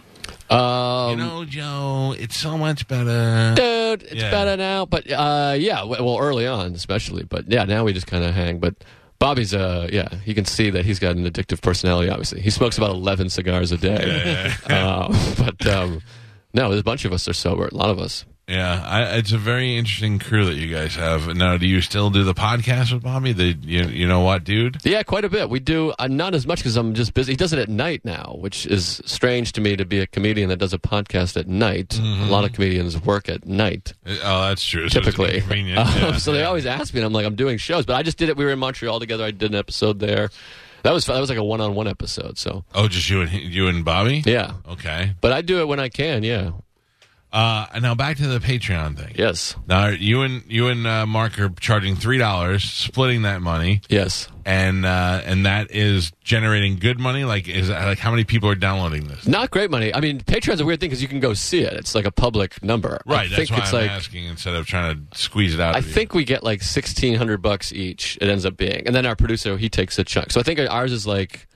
S4: Um,
S2: you know, Joe, it's so much better.
S4: dude, it's
S2: Yeah.
S4: better now. But uh, yeah, w- well, early on especially, but yeah, now we just kind of hang. But Bobby's, uh, yeah, you can see that he's got an addictive personality. Obviously, he smokes about eleven cigars a day. uh, but um, no, there's a bunch of us are sober. A lot of us.
S2: Yeah, I, it's a very interesting crew that you guys have. Now, do you still do the podcast with Bobby? The you, you know what, dude?
S4: Yeah, quite a bit. We do uh, not as much because I'm just busy. He does it at night now, which is strange to me to be a comedian that does a podcast at night. A lot of comedians work at night.
S2: Oh, that's true. So it's
S4: typically.
S2: inconvenient.
S4: Um,
S2: Yeah,
S4: so they
S2: yeah.
S4: always ask me, and I'm like, I'm doing shows, but I just did it. We were in Montreal together. I did an episode there. That was fun. that was like a one on one episode. So
S2: Oh, just you and he- you and Bobby.
S4: yeah,
S2: Okay.
S4: but I do it when I can. Yeah,
S2: Uh, and now back to the Patreon thing.
S4: yes,
S2: Now you and you and uh, Mark are charging three dollars, splitting that money,
S4: yes.
S2: and uh, and that is generating good money. Like is like how many people are downloading this?
S4: Not great money. I mean, Patreon's a weird thing because you can go see it. It's like a public number.
S2: Right.
S4: I
S2: That's
S4: think
S2: why
S4: it's
S2: I'm
S4: like
S2: asking instead of trying to squeeze it out.
S4: I
S2: of you.
S4: think we get like sixteen hundred bucks each. It ends up being, and then our producer he takes a chunk. So I think ours is like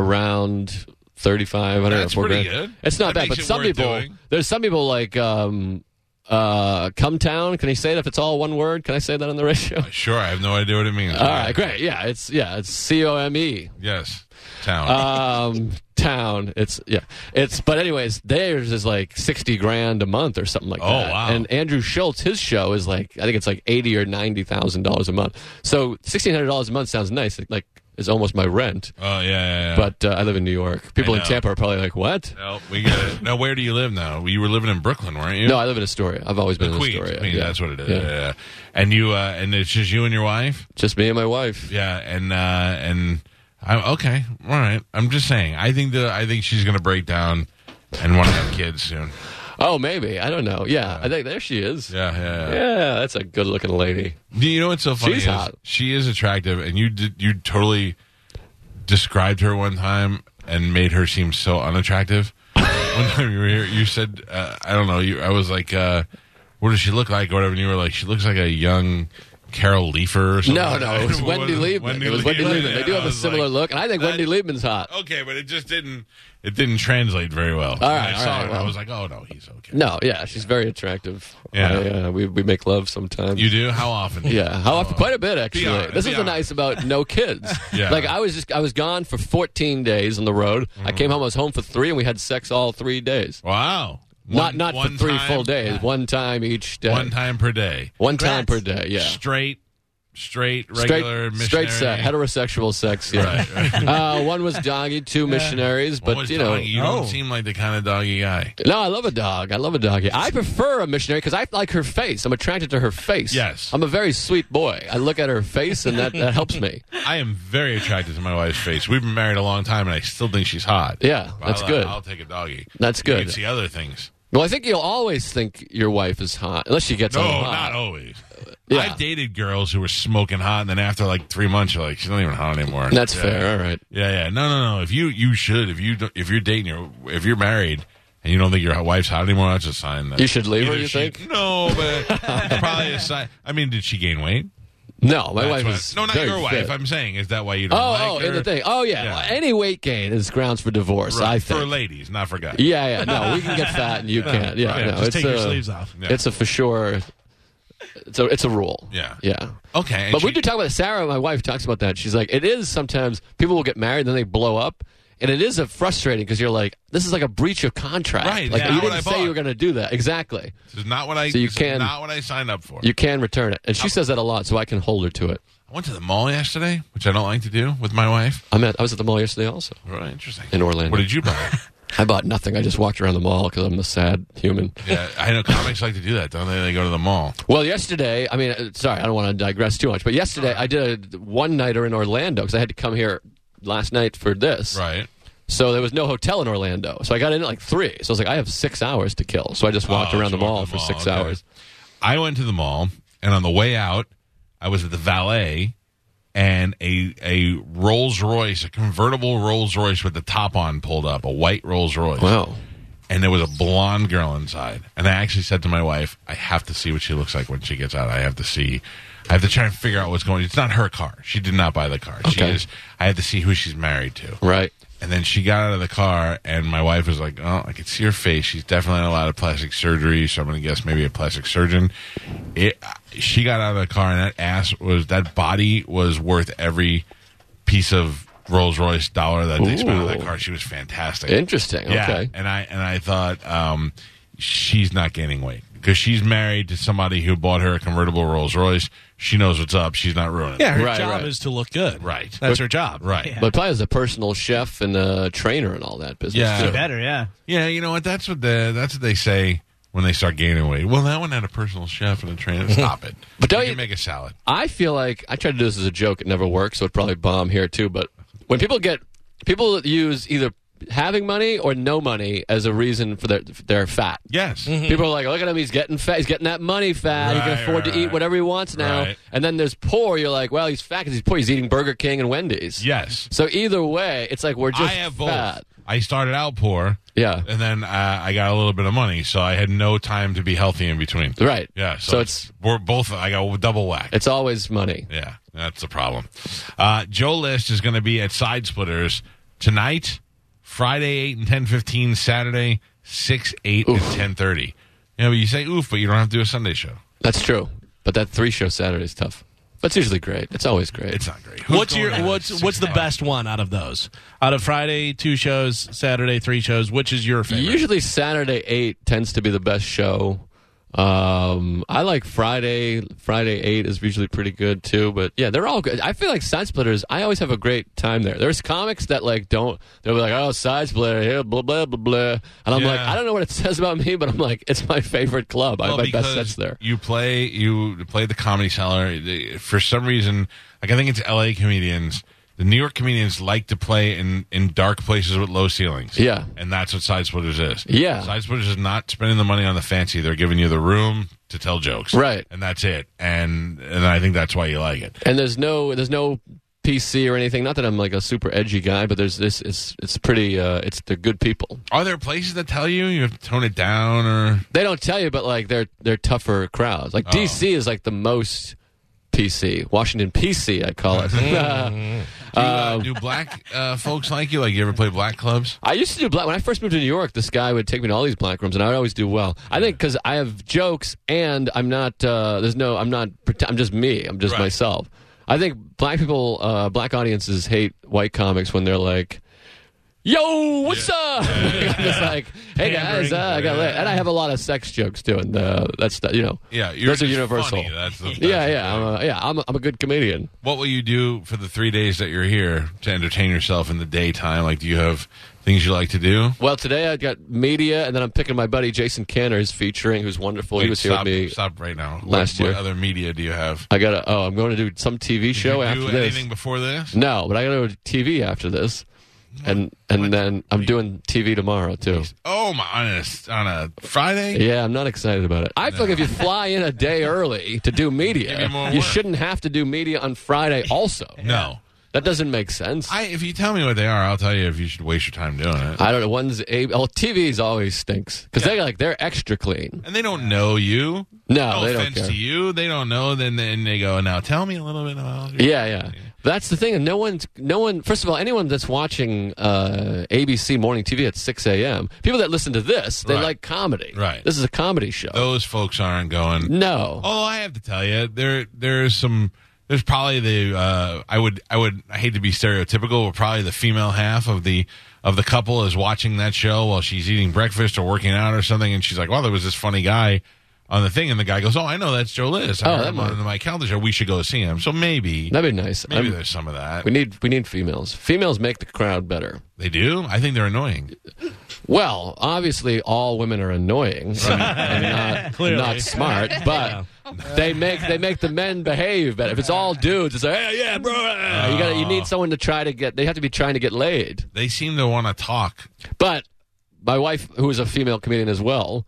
S4: around thirty five hundred.
S2: That's pretty good.
S4: It's not
S2: That
S4: bad, but
S2: makes it
S4: some
S2: worth
S4: people
S2: doing.
S4: there's some people like um, uh, come town. Can I say it if it's all one word? Can I say that on the radio?
S2: Sure, I have no idea what it means.
S4: All right, great. Yeah, it's yeah, it's C O M E
S2: Yes, town.
S4: um, town. It's yeah, it's. But anyways, theirs is like sixty grand a month or something like
S2: Oh,
S4: that.
S2: wow.
S4: And Andrew Schultz, his show is like I think it's like eighty or ninety thousand dollars a month. So sixteen hundred dollars a month sounds nice. It, like it's almost my rent.
S2: oh yeah, yeah, yeah.
S4: But uh, I live in New York. People in
S2: know.
S4: Tampa are probably like, what?
S2: no, we get it. Now, where do you live now? You were living in Brooklyn, weren't you?
S4: No, I live in Astoria. I've always been in
S2: Queens.
S4: Astoria.
S2: Queens,
S4: Yeah.
S2: That's what it is.
S4: Yeah.
S2: Yeah. yeah. And you, uh, and it's just you and your wife.
S4: Just me and my wife.
S2: Yeah, and uh, and I, okay, all right. I'm just saying. I think the I think she's gonna break down and want to have kids soon.
S4: Oh, maybe I don't know. Yeah, I think there she is.
S2: Yeah, yeah. yeah.
S4: Yeah, that's a good looking lady.
S2: Do You know what's so funny?
S4: She's
S2: is
S4: hot.
S2: She is attractive, and you did, you totally described her one time and made her seem so unattractive. one time you were here, you said uh, I don't know. You, I was like, uh, what does she look like or whatever? And you were like, she looks like a young. Carol Leafer or something.
S4: No, no, it was Wendy Liebman. it was Wendy Liebman. They do
S2: Yeah, I
S4: have a
S2: was
S4: similar
S2: like,
S4: look, and I think
S2: that-
S4: Wendy Liebman's hot.
S2: Okay, but it just didn't. It didn't translate very well.
S4: All right,
S2: I
S4: all
S2: saw
S4: right,
S2: it. I
S4: well.
S2: was like, oh no, he's okay.
S4: No, yeah, she's very attractive.
S2: Yeah.
S4: I, uh, we we make love sometimes.
S2: You do? How often?
S4: yeah, how often? Quite a bit actually.
S2: honest,
S4: this
S2: be
S4: is the nice about no kids.
S2: Yeah.
S4: Like I was just I was gone for 14 days on the road. I
S2: Mm.
S4: came home. I was home for three, and we had sex all three days.
S2: Wow.
S4: not not for three
S2: time-
S4: full days. One time each day.
S2: One time per day.
S4: One time per day. Yeah.
S2: Straight, straight,
S4: straight,
S2: regular, missionary.
S4: straight sex, heterosexual sex. Yeah.
S2: Right, right.
S4: Uh, one was doggy, two missionaries,
S2: What
S4: but
S2: was
S4: you know,
S2: doggy? you don't seem like the kind of doggy guy.
S4: No, I love a dog. I love a doggy. I prefer a missionary because I like her face. I'm attracted to her face.
S2: Yes.
S4: I'm a very sweet boy. I look at her face, and that, that helps me.
S2: I am very attracted to my wife's face. We've been married a long time, and I still think she's hot.
S4: Yeah,
S2: But
S4: that's
S2: I'll,
S4: good.
S2: I'll take a doggy.
S4: That's
S2: You can
S4: good.
S2: see other things.
S4: Well, I think you'll always think your wife is hot unless she gets
S2: No,
S4: on
S2: not
S4: hot.
S2: always.
S4: Yeah.
S2: I've dated girls who were smoking hot, and then after like three months, you're like, she's not even hot anymore.
S4: That's
S2: Yeah.
S4: fair. All right.
S2: Yeah, yeah. No, no, no. If you you should if you don't- if you're dating your if you're married and you don't think your wife's hot anymore, that's a sign that
S4: You should leave her,
S2: either
S4: you
S2: she-
S4: think?
S2: No, but it's probably a sign. I mean, did she gain weight?
S4: No, my
S2: That's
S4: wife
S2: what-
S4: is
S2: no, not
S4: very
S2: your wife.
S4: fit.
S2: I'm saying is that why you don't?
S4: Oh,
S2: like
S4: oh,
S2: her?
S4: in the thing. Oh, yeah.
S2: Yeah.
S4: Well, any weight gain is grounds for divorce.
S2: Right.
S4: I think.
S2: for ladies, not for guys.
S4: yeah, yeah. No, we can get fat and you can't. Yeah,
S2: yeah,
S4: no,
S3: Just
S4: it's
S3: take
S4: a,
S3: your sleeves off.
S2: Yeah.
S4: It's a for sure. It's a it's a rule.
S2: Yeah.
S4: Yeah.
S2: Okay, and
S4: But we
S2: she-
S4: do talk about it. Sarah, my wife, talks about that. She's like, it is sometimes people will get married, then they blow up, and it is a frustrating because you're like, this is like a breach of contract.
S2: Right,
S4: Like
S2: yeah,
S4: you
S2: what
S4: didn't
S2: I
S4: say
S2: bought.
S4: you were going to do that. Exactly.
S2: This is not what I.
S4: So you
S2: this
S4: can-
S2: is not what I signed up for.
S4: You can return it, and she says that a lot, so I can hold her to it.
S2: I went to the mall yesterday, which I don't like to do with my wife.
S4: I'm at, I was at the mall yesterday also.
S2: Really interesting.
S4: In Orlando.
S2: What did you buy?
S4: I bought nothing. I just walked around the mall because I'm a sad human.
S2: yeah, I know comics like to do that, don't they? They go to the mall.
S4: Well, yesterday, I mean, uh, sorry, I don't want to digress too much, but yesterday I did a one nighter in Orlando because I had to come here last night for this.
S2: Right.
S4: So there was no hotel in Orlando. So I got in at like three. So I was like, I have six hours to kill. So I just walked
S2: Oh,
S4: around
S2: so
S4: the
S2: you
S4: mall
S2: went to
S4: for
S2: the
S4: six
S2: okay.
S4: hours.
S2: I went to the mall, and on the way out, I was at the valet, and a a Rolls Royce, a convertible Rolls Royce with the top on pulled up, a white Rolls Royce.
S4: Wow.
S2: And there was a blonde girl inside, and I actually said to my wife, "I have to see what she looks like when she gets out. I have to see." I have to try and figure out what's going. It's not her car. She did not buy the car. She
S4: Okay.
S2: is. I have to see who she's married to.
S4: Right.
S2: And then she got out of the car, and my wife was like, "Oh, I could see her face. She's definitely had a lot of plastic surgery. So I'm going to guess maybe a plastic surgeon." It. She got out of the car, and that ass was that body was worth every piece of Rolls Royce dollar that they spent on that
S4: Ooh.
S2: car. She was fantastic.
S4: Interesting.
S2: Yeah,
S4: Okay.
S2: and I and I thought um, she's not gaining weight because she's married to somebody who bought her a convertible Rolls Royce. She knows what's up. She's not ruining. it.
S3: Yeah, her
S4: Right,
S3: job
S4: right.
S3: is to look good.
S2: Right.
S3: That's her job.
S2: Right.
S3: Yeah.
S4: But probably as a personal chef and a trainer and all that business.
S2: Yeah.
S4: too.
S6: Better, yeah.
S2: Yeah, you know what? That's what the that's what they say when they start gaining weight. Well, that one had a personal chef and a trainer. Stop it.
S4: But don't
S2: can
S4: you-
S2: make a salad?
S4: I feel like I tried to do this as a joke. It never worked, so it probably bomb here too. But when people get people use either having money or no money as a reason for their their fat.
S2: Yes.
S4: People are like, look at him, he's getting fat. He's getting that money fat. he
S2: Hmm. Right,
S4: can afford
S2: right,
S4: to eat
S2: right.
S4: whatever he wants now.
S2: Right.
S4: And then there's poor. You're like, well, he's fat because he's poor. He's eating Burger King and Wendy's.
S2: Yes.
S4: So either way, it's like we're just
S2: I have both.
S4: fat.
S2: I started out poor.
S4: Yeah.
S2: And then uh, I got a little bit of money, so I had no time to be healthy in between.
S4: Right.
S2: Yeah. So,
S4: So
S2: it's
S4: it's-
S2: we're both. I got double whack.
S4: It's always money.
S2: Yeah, that's the problem. Uh, Joe List is going to be at Side Splitters tonight, Friday eight and ten fifteen, Saturday six eight and ten thirty. You know, you say oof, but you don't have to do a Sunday show.
S4: That's true. But that three show Saturday is tough. That's usually great. It's always great.
S2: It's not great. Who's
S3: What's
S2: going
S3: your
S2: out at
S3: what's
S2: six
S3: what's the
S2: o'clock?
S3: best one out of those? Out of Friday two shows, Saturday three shows, which is your favorite?
S4: Usually Saturday eight tends to be the best show. Um, I like Friday. Friday eight is usually pretty good too. But yeah, they're all good. I feel like side splitters. I always have a great time there. There's comics that like don't. They'll be like, oh, side splitter here, blah blah blah blah. And I'm like,
S2: Yeah.
S4: I don't know what it says about me, but I'm like, it's my favorite club. I
S2: Well,
S4: have my best
S2: because
S4: sets there.
S2: You play you play the comedy cellar. The- For some reason, like I think it's L.A. comedians. The New York comedians like to play in, in dark places with low ceilings.
S4: Yeah.
S2: And that's what Side Splitters is.
S4: Yeah.
S2: Side Splitters is not spending the money on the fancy. They're giving you the room to tell jokes.
S4: Right.
S2: And that's it. And and I think that's why you like it.
S4: And there's no there's no PC or anything. Not that I'm like a super edgy guy, but there's this. It's it's pretty. Uh, it's they're good people.
S2: Are there places that tell you you have to tone it down or
S4: They don't tell you, but like they're they're tougher crowds.
S2: Oh.
S4: Like DC is like the most PC. Washington PC, I call it.
S2: do, uh,
S4: Oh.
S2: do black uh, folks like you? Like you ever play black clubs?
S4: I used to do black when I first moved to New York. This guy would take me to all these black rooms, and I would always do well. I think because I have jokes, and I'm not. Uh, there's no. I'm not. prete- I'm just me. I'm just
S2: Right.
S4: myself. I think black people, uh, black audiences hate white comics when they're like. Yo, what's up? I'm just like, hey guys, uh, I got and I have a lot of sex jokes too, and uh, that's the, you know,
S2: Yeah, you're
S4: those are
S2: just
S4: universal.
S2: funny. That's the- that's
S4: yeah,
S2: the
S4: yeah, I'm a, yeah. I'm a, I'm a good comedian.
S2: What will you do for the three days that you're here to entertain yourself in the daytime? Like, do you have things you like to do?
S4: Well, today I got media, and then I'm picking my buddy Jason Canner, who's featuring, who's wonderful. he
S2: Wait,
S4: was here
S2: stop,
S4: with me.
S2: Stop right now.
S4: last
S2: what,
S4: year.
S2: What other media do you have?
S4: I got to. Oh, I'm going to do some TV
S2: Do
S4: show
S2: you
S4: after
S2: do
S4: this.
S2: anything before this?
S4: No, but I got to go to TV after this. and and then I'm doing TV tomorrow too.
S2: Oh my! On a, on a Friday.
S4: Yeah, I'm not excited about it. I feel like if you fly in a day early to do
S2: Give you
S4: media,
S2: more
S4: you
S2: work.
S4: shouldn't have to do media on Friday. Also,
S2: No.
S4: that doesn't make sense.
S2: I if you tell me what they are, I'll tell you if you should waste your time doing it.
S4: I don't know. One's a well, TV's always stinks because they like they're extra clean.
S2: and they don't know you.
S4: No,
S2: no
S4: they don't
S2: offense
S4: care.
S2: to you. They don't know. Then then they go. Now tell me a little bit about. Your
S4: Yeah, yeah. That's the thing. And no one's, no one, first of all, anyone that's watching uh, ABC morning TV at 6 a.m., people that listen to this, they
S2: Right.
S4: like comedy.
S2: Right. Oh.
S4: This is a comedy show.
S2: Those folks aren't going.
S4: No.
S2: Although Oh, I have to tell you, there there's some. There's probably the uh, I would I would I hate to be stereotypical, but probably the female half of the of the couple is watching that show while she's eating breakfast or working out or something, and she's like, "Well, there was this funny guy on the thing," and the guy goes, "Oh, I know that's Joe Liz. I
S4: Oh,
S2: heard
S4: that
S2: him
S4: might-
S2: on the Mike Calder show. We should go see him." So maybe
S4: That'd be nice.
S2: maybe
S4: I'm-
S2: there's some of that.
S4: we need we need females. Females make the crowd better.
S2: They do. I think they're annoying.
S4: Well, obviously, all women are annoying and not,
S3: Clearly.
S4: not smart, but they make they make the men behave better. If it's all dudes, it's like, hey, yeah, bro, eh,"
S2: Oh.
S4: you got to you need someone to try to get. They have to be trying to get laid.
S2: They seem to want to talk.
S4: But my wife, who is a female comedian as well,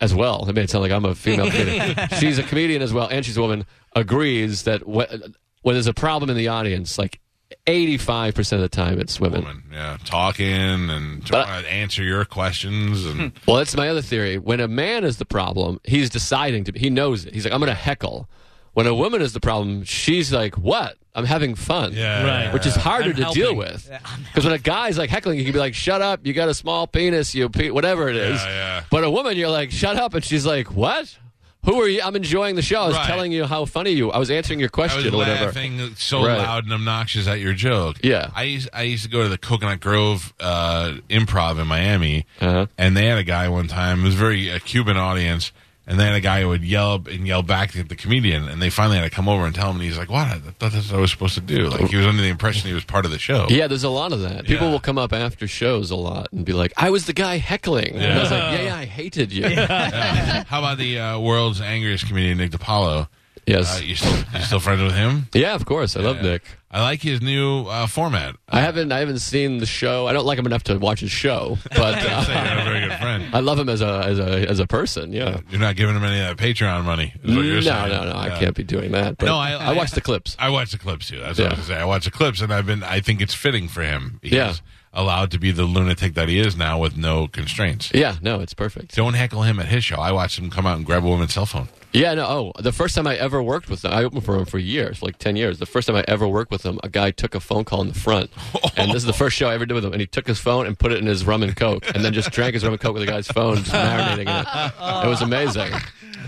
S4: as well, it made it sound like I'm a female comedian. She's a comedian as well, and she's a woman. Agrees that when, when there's a problem in the audience, like 85 percent of the time, it's women.
S2: Woman, yeah, talking and
S4: But-
S2: trying to answer your questions and
S4: Well, that's my other theory. When a man is the problem, he's deciding to. He knows it. He's like, I'm going to heckle. When a woman is the problem, she's like, What? I'm having fun.
S2: yeah,
S3: Right.
S4: Which is harder
S6: I'm
S4: to deal
S6: helping.
S4: with, because when a guy's like heckling, you can be like, "Shut up! You got a small penis, you pe- whatever it is."
S2: Yeah, yeah.
S4: But a woman, you're like, "Shut up!" and she's like, "What? Who are you? I'm enjoying the show. I was
S2: Right.
S4: telling you how funny you. I was answering your
S2: I was
S4: question or whatever."
S2: laughing so
S4: Right.
S2: loud and obnoxious at your joke.
S4: Yeah.
S2: I used I used to go to the Coconut Grove uh, Improv in Miami,
S4: Uh-huh.
S2: and they had a guy one time. It was very a Cuban audience, and they had a guy who would yell up and yell back at the comedian, and they finally had to come over and tell him. And he's like, "What? I thought that's what I was supposed to do." Like he was under the impression he was part of the show.
S4: Yeah, there's a lot of that. People
S2: Yeah.
S4: will come up after shows a lot and be like, "I was the guy heckling." And I was like, "Yeah, yeah, I hated you."
S2: How about the uh, world's angriest comedian Nick DiPaolo? Uh,
S4: Yes.
S2: you still you still friends with him?
S4: yeah, of course. I love Nick.
S2: I like his new uh, format.
S4: I haven't I haven't seen the show. I don't like him enough to watch his show, but
S2: I'd say
S4: uh,
S2: you're a very good friend.
S4: I love him as a as a as a person. Yeah.
S2: You're not giving him any of that Patreon money. is
S4: No,
S2: what
S4: no,
S2: you're saying.
S4: no, I
S2: Yeah.
S4: can't be doing that. But
S2: No, I-
S4: I,
S2: I-
S4: watch the clips.
S2: I watch the clips too. That's
S4: Yeah.
S2: what I was gonna say. I watch the clips, and I've been. I think it's fitting for him. He's
S4: Yeah.
S2: allowed to be the lunatic that he is now with no constraints.
S4: yeah, no, it's perfect.
S2: Don't heckle him at his show. I watched him come out and grab a woman's cell phone.
S4: Yeah, no. Oh, the first time I ever worked with them, I opened for him for years, like ten years. The first time I ever worked with them, a guy took a phone call in the front, and this is the first show I ever did with him. And he took his phone and put it in his rum and coke, and then just drank his rum and coke with the guy's phone, just marinating it. It was amazing.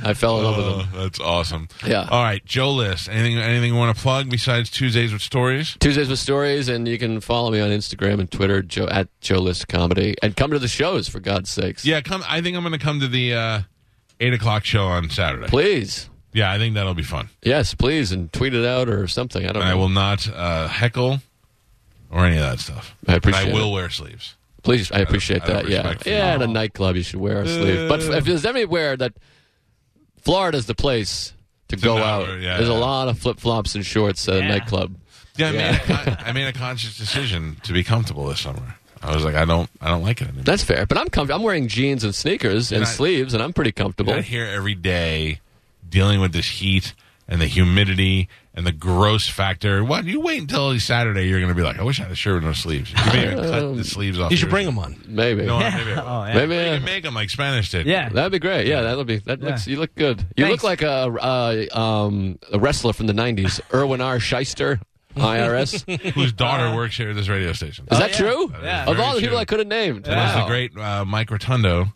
S4: I fell in love with him.
S2: Oh, that's awesome.
S4: Yeah.
S2: All right, Joe List. Anything? Anything you want to plug besides Tuesdays with Stories?
S4: Tuesdays with Stories, and you can follow me on Instagram and Twitter Joe, at Joe List Comedy, and come to the shows for God's sakes.
S2: Yeah. Come. I think I'm going to come to the uh, eight o'clock show on Saturday.
S4: please,
S2: Yeah, I think that'll be fun.
S4: yes, please, and tweet it out or something. I don't
S2: And I
S4: know.
S2: will not uh, heckle or any of that stuff.
S4: I
S2: And
S4: appreciate.
S2: I will
S4: it.
S2: wear sleeves.
S4: Please, I appreciate
S2: out of
S4: that. Yeah,
S2: respect for
S4: yeah. At a nightclub, you should wear a sleeve. But if there's anywhere that Florida's the place to go
S2: know,
S4: out,
S2: yeah.
S4: there's a lot of flip flops and shorts at a
S6: Yeah.
S4: nightclub.
S2: Yeah, I, Made
S4: Yeah.
S2: a con- I made a conscious decision to be comfortable this summer. I was like, I don't, I don't like it anymore.
S4: That's fair. But I'm comfortable. I'm wearing jeans and sneakers and
S2: not-
S4: sleeves, and I'm pretty comfortable.
S2: I'm here every day, dealing with this heat and the humidity and the gross factor. What you wait until Saturday, you're going to be like, I wish I had a shirt with no sleeves. You may even cut the sleeves off.
S3: You should
S2: yours.
S3: bring him on.
S4: Maybe.
S2: No, maybe I will.
S6: Oh, yeah.
S4: Maybe.
S2: You
S4: uh,
S2: can make them like Spanish did.
S6: Yeah.
S4: That'd be great. Yeah, that'll be. That looks. You look good. You look
S6: Thanks.
S4: like a, a, um, a wrestler from the '90s, Erwin R. Shyster, IRS.
S6: Oh,
S4: Is
S2: whose daughter works here at this radio station.
S4: that true?
S2: Yeah.
S4: Of
S2: Very
S4: all the people
S2: true.
S4: I could have named,
S2: It was
S4: wow.
S2: the great uh, Mike Rotundo,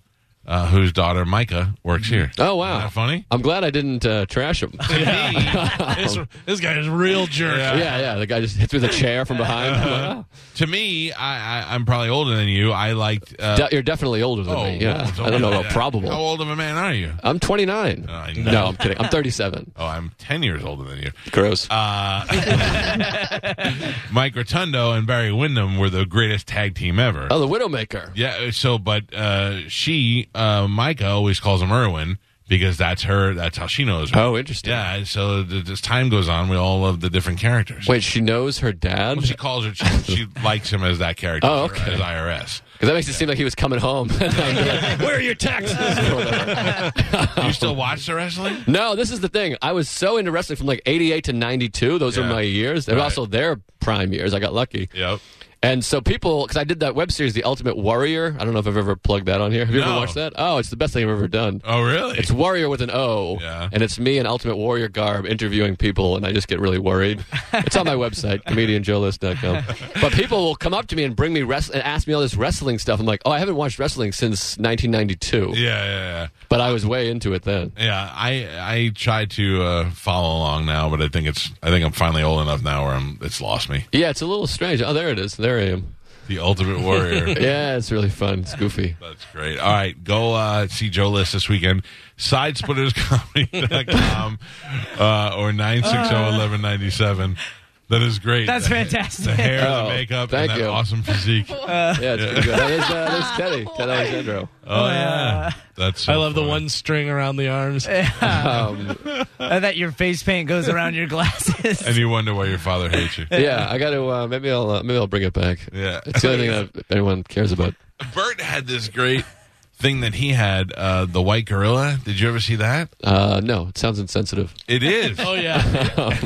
S2: uh, whose daughter Micah works here.
S4: Oh wow,
S2: Isn't that funny?
S4: I'm glad I didn't uh, trash him. yeah,
S3: This, this guy is a real jerk.
S4: yeah. The guy just hits me with a chair from behind. I'm like, "Wow."
S2: To me, I, I, I'm probably older than you. I liked. Uh,
S4: De- "Ah." you're definitely older than
S2: oh,
S4: me. Yeah,
S2: don't
S4: I don't know
S2: do
S4: about
S2: that.
S4: probable.
S2: How old of a man are you?
S4: I'm 29.
S2: I know.
S4: no. I'm kidding. I'm 37.
S2: Oh, I'm 10 years older than you.
S4: Gross.
S2: Mike Rotundo and Barry Windham were the greatest tag team ever.
S4: oh, the Widowmaker.
S2: Yeah, so, but uh, she, uh, Micah, always uh, calls him Irwin. because that's her. That's how she knows. Her.
S4: Oh, interesting.
S2: yeah. So th- as time goes on, we all love the different characters.
S4: Wait, she knows her dad?
S2: Well, she calls her. She, she likes him as that character.
S4: Oh,
S2: or
S4: okay.
S2: As IRS.
S4: Because that makes it seem like he was coming home. Where are your taxes? Or whatever.
S2: You still watch the wrestling?
S4: no, this is the thing. I was so into wrestling from like 88 to 92. Those were
S2: Yeah.
S4: my years. They were
S2: Right.
S4: also their prime years. I got lucky.
S2: Yep.
S4: And so people, because I did that web series, The Ultimate Warrior. I don't know if I've ever plugged that on here. Have you ever
S2: No.
S4: watched that? Oh, it's the best thing I've ever done.
S2: Oh, really?
S4: It's Warrior with an O,
S2: Yeah.
S4: and it's me in Ultimate Warrior garb interviewing people, and I just get really worried. It's on my website, comedianjoelist.com. But people will come up to me and bring me rest- and ask me all this wrestling stuff. I'm like, oh, I haven't watched wrestling since 1992,
S2: yeah, yeah,
S4: but I was way into it then.
S2: yeah. Yeah, I I try to uh, follow along now, but I think it's I think I'm finally old enough now where I'm it's lost me.
S4: Yeah, it's a little strange. Oh, there it is. There I am.
S2: The Ultimate Warrior.
S4: Yeah, it's really fun. It's goofy.
S2: That's great. All right, go uh, see Joe List this weekend. Sidesplitterscomedy.com uh, or 960-1197. That is great.
S6: That's
S2: The-
S6: fantastic.
S2: The hair,
S4: Oh,
S2: the makeup,
S4: thank
S2: and that
S4: you.
S2: awesome physique. oh,
S4: Yeah, it's pretty good. There's, uh, there's Teddy, Ted Alexandro.
S2: yeah. That's so
S3: I love
S2: funny.
S3: the one string around the arms.
S6: Uh, that your face paint goes around your glasses.
S2: And you wonder why your father hates you.
S4: Yeah, I got to. Uh, maybe I'll. Uh, maybe I'll bring it back.
S2: Yeah.
S4: it's the only thing that anyone cares about.
S2: Bert had this great thing that he had, uh, the white gorilla. Did you ever see that?
S4: Uh, no, it sounds insensitive.
S2: It is.
S3: Oh yeah,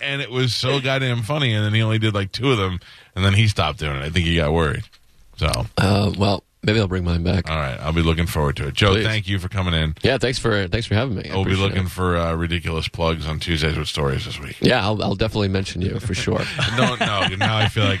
S2: and it was so goddamn funny. And then he only did like two of them. And then he stopped doing it. I think he got worried. So...
S4: Uh, well, maybe I'll bring mine back.
S2: All right, I'll be looking forward to it. Joe,
S4: Please.
S2: thank you for coming in.
S4: Yeah, thanks for thanks for having me. I
S2: We'll be
S4: appreciate
S2: looking
S4: it.
S2: for uh, ridiculous plugs on Tuesdays with Stories this week.
S4: Yeah, I'll, I'll definitely mention you for sure.
S2: no, no, now I feel like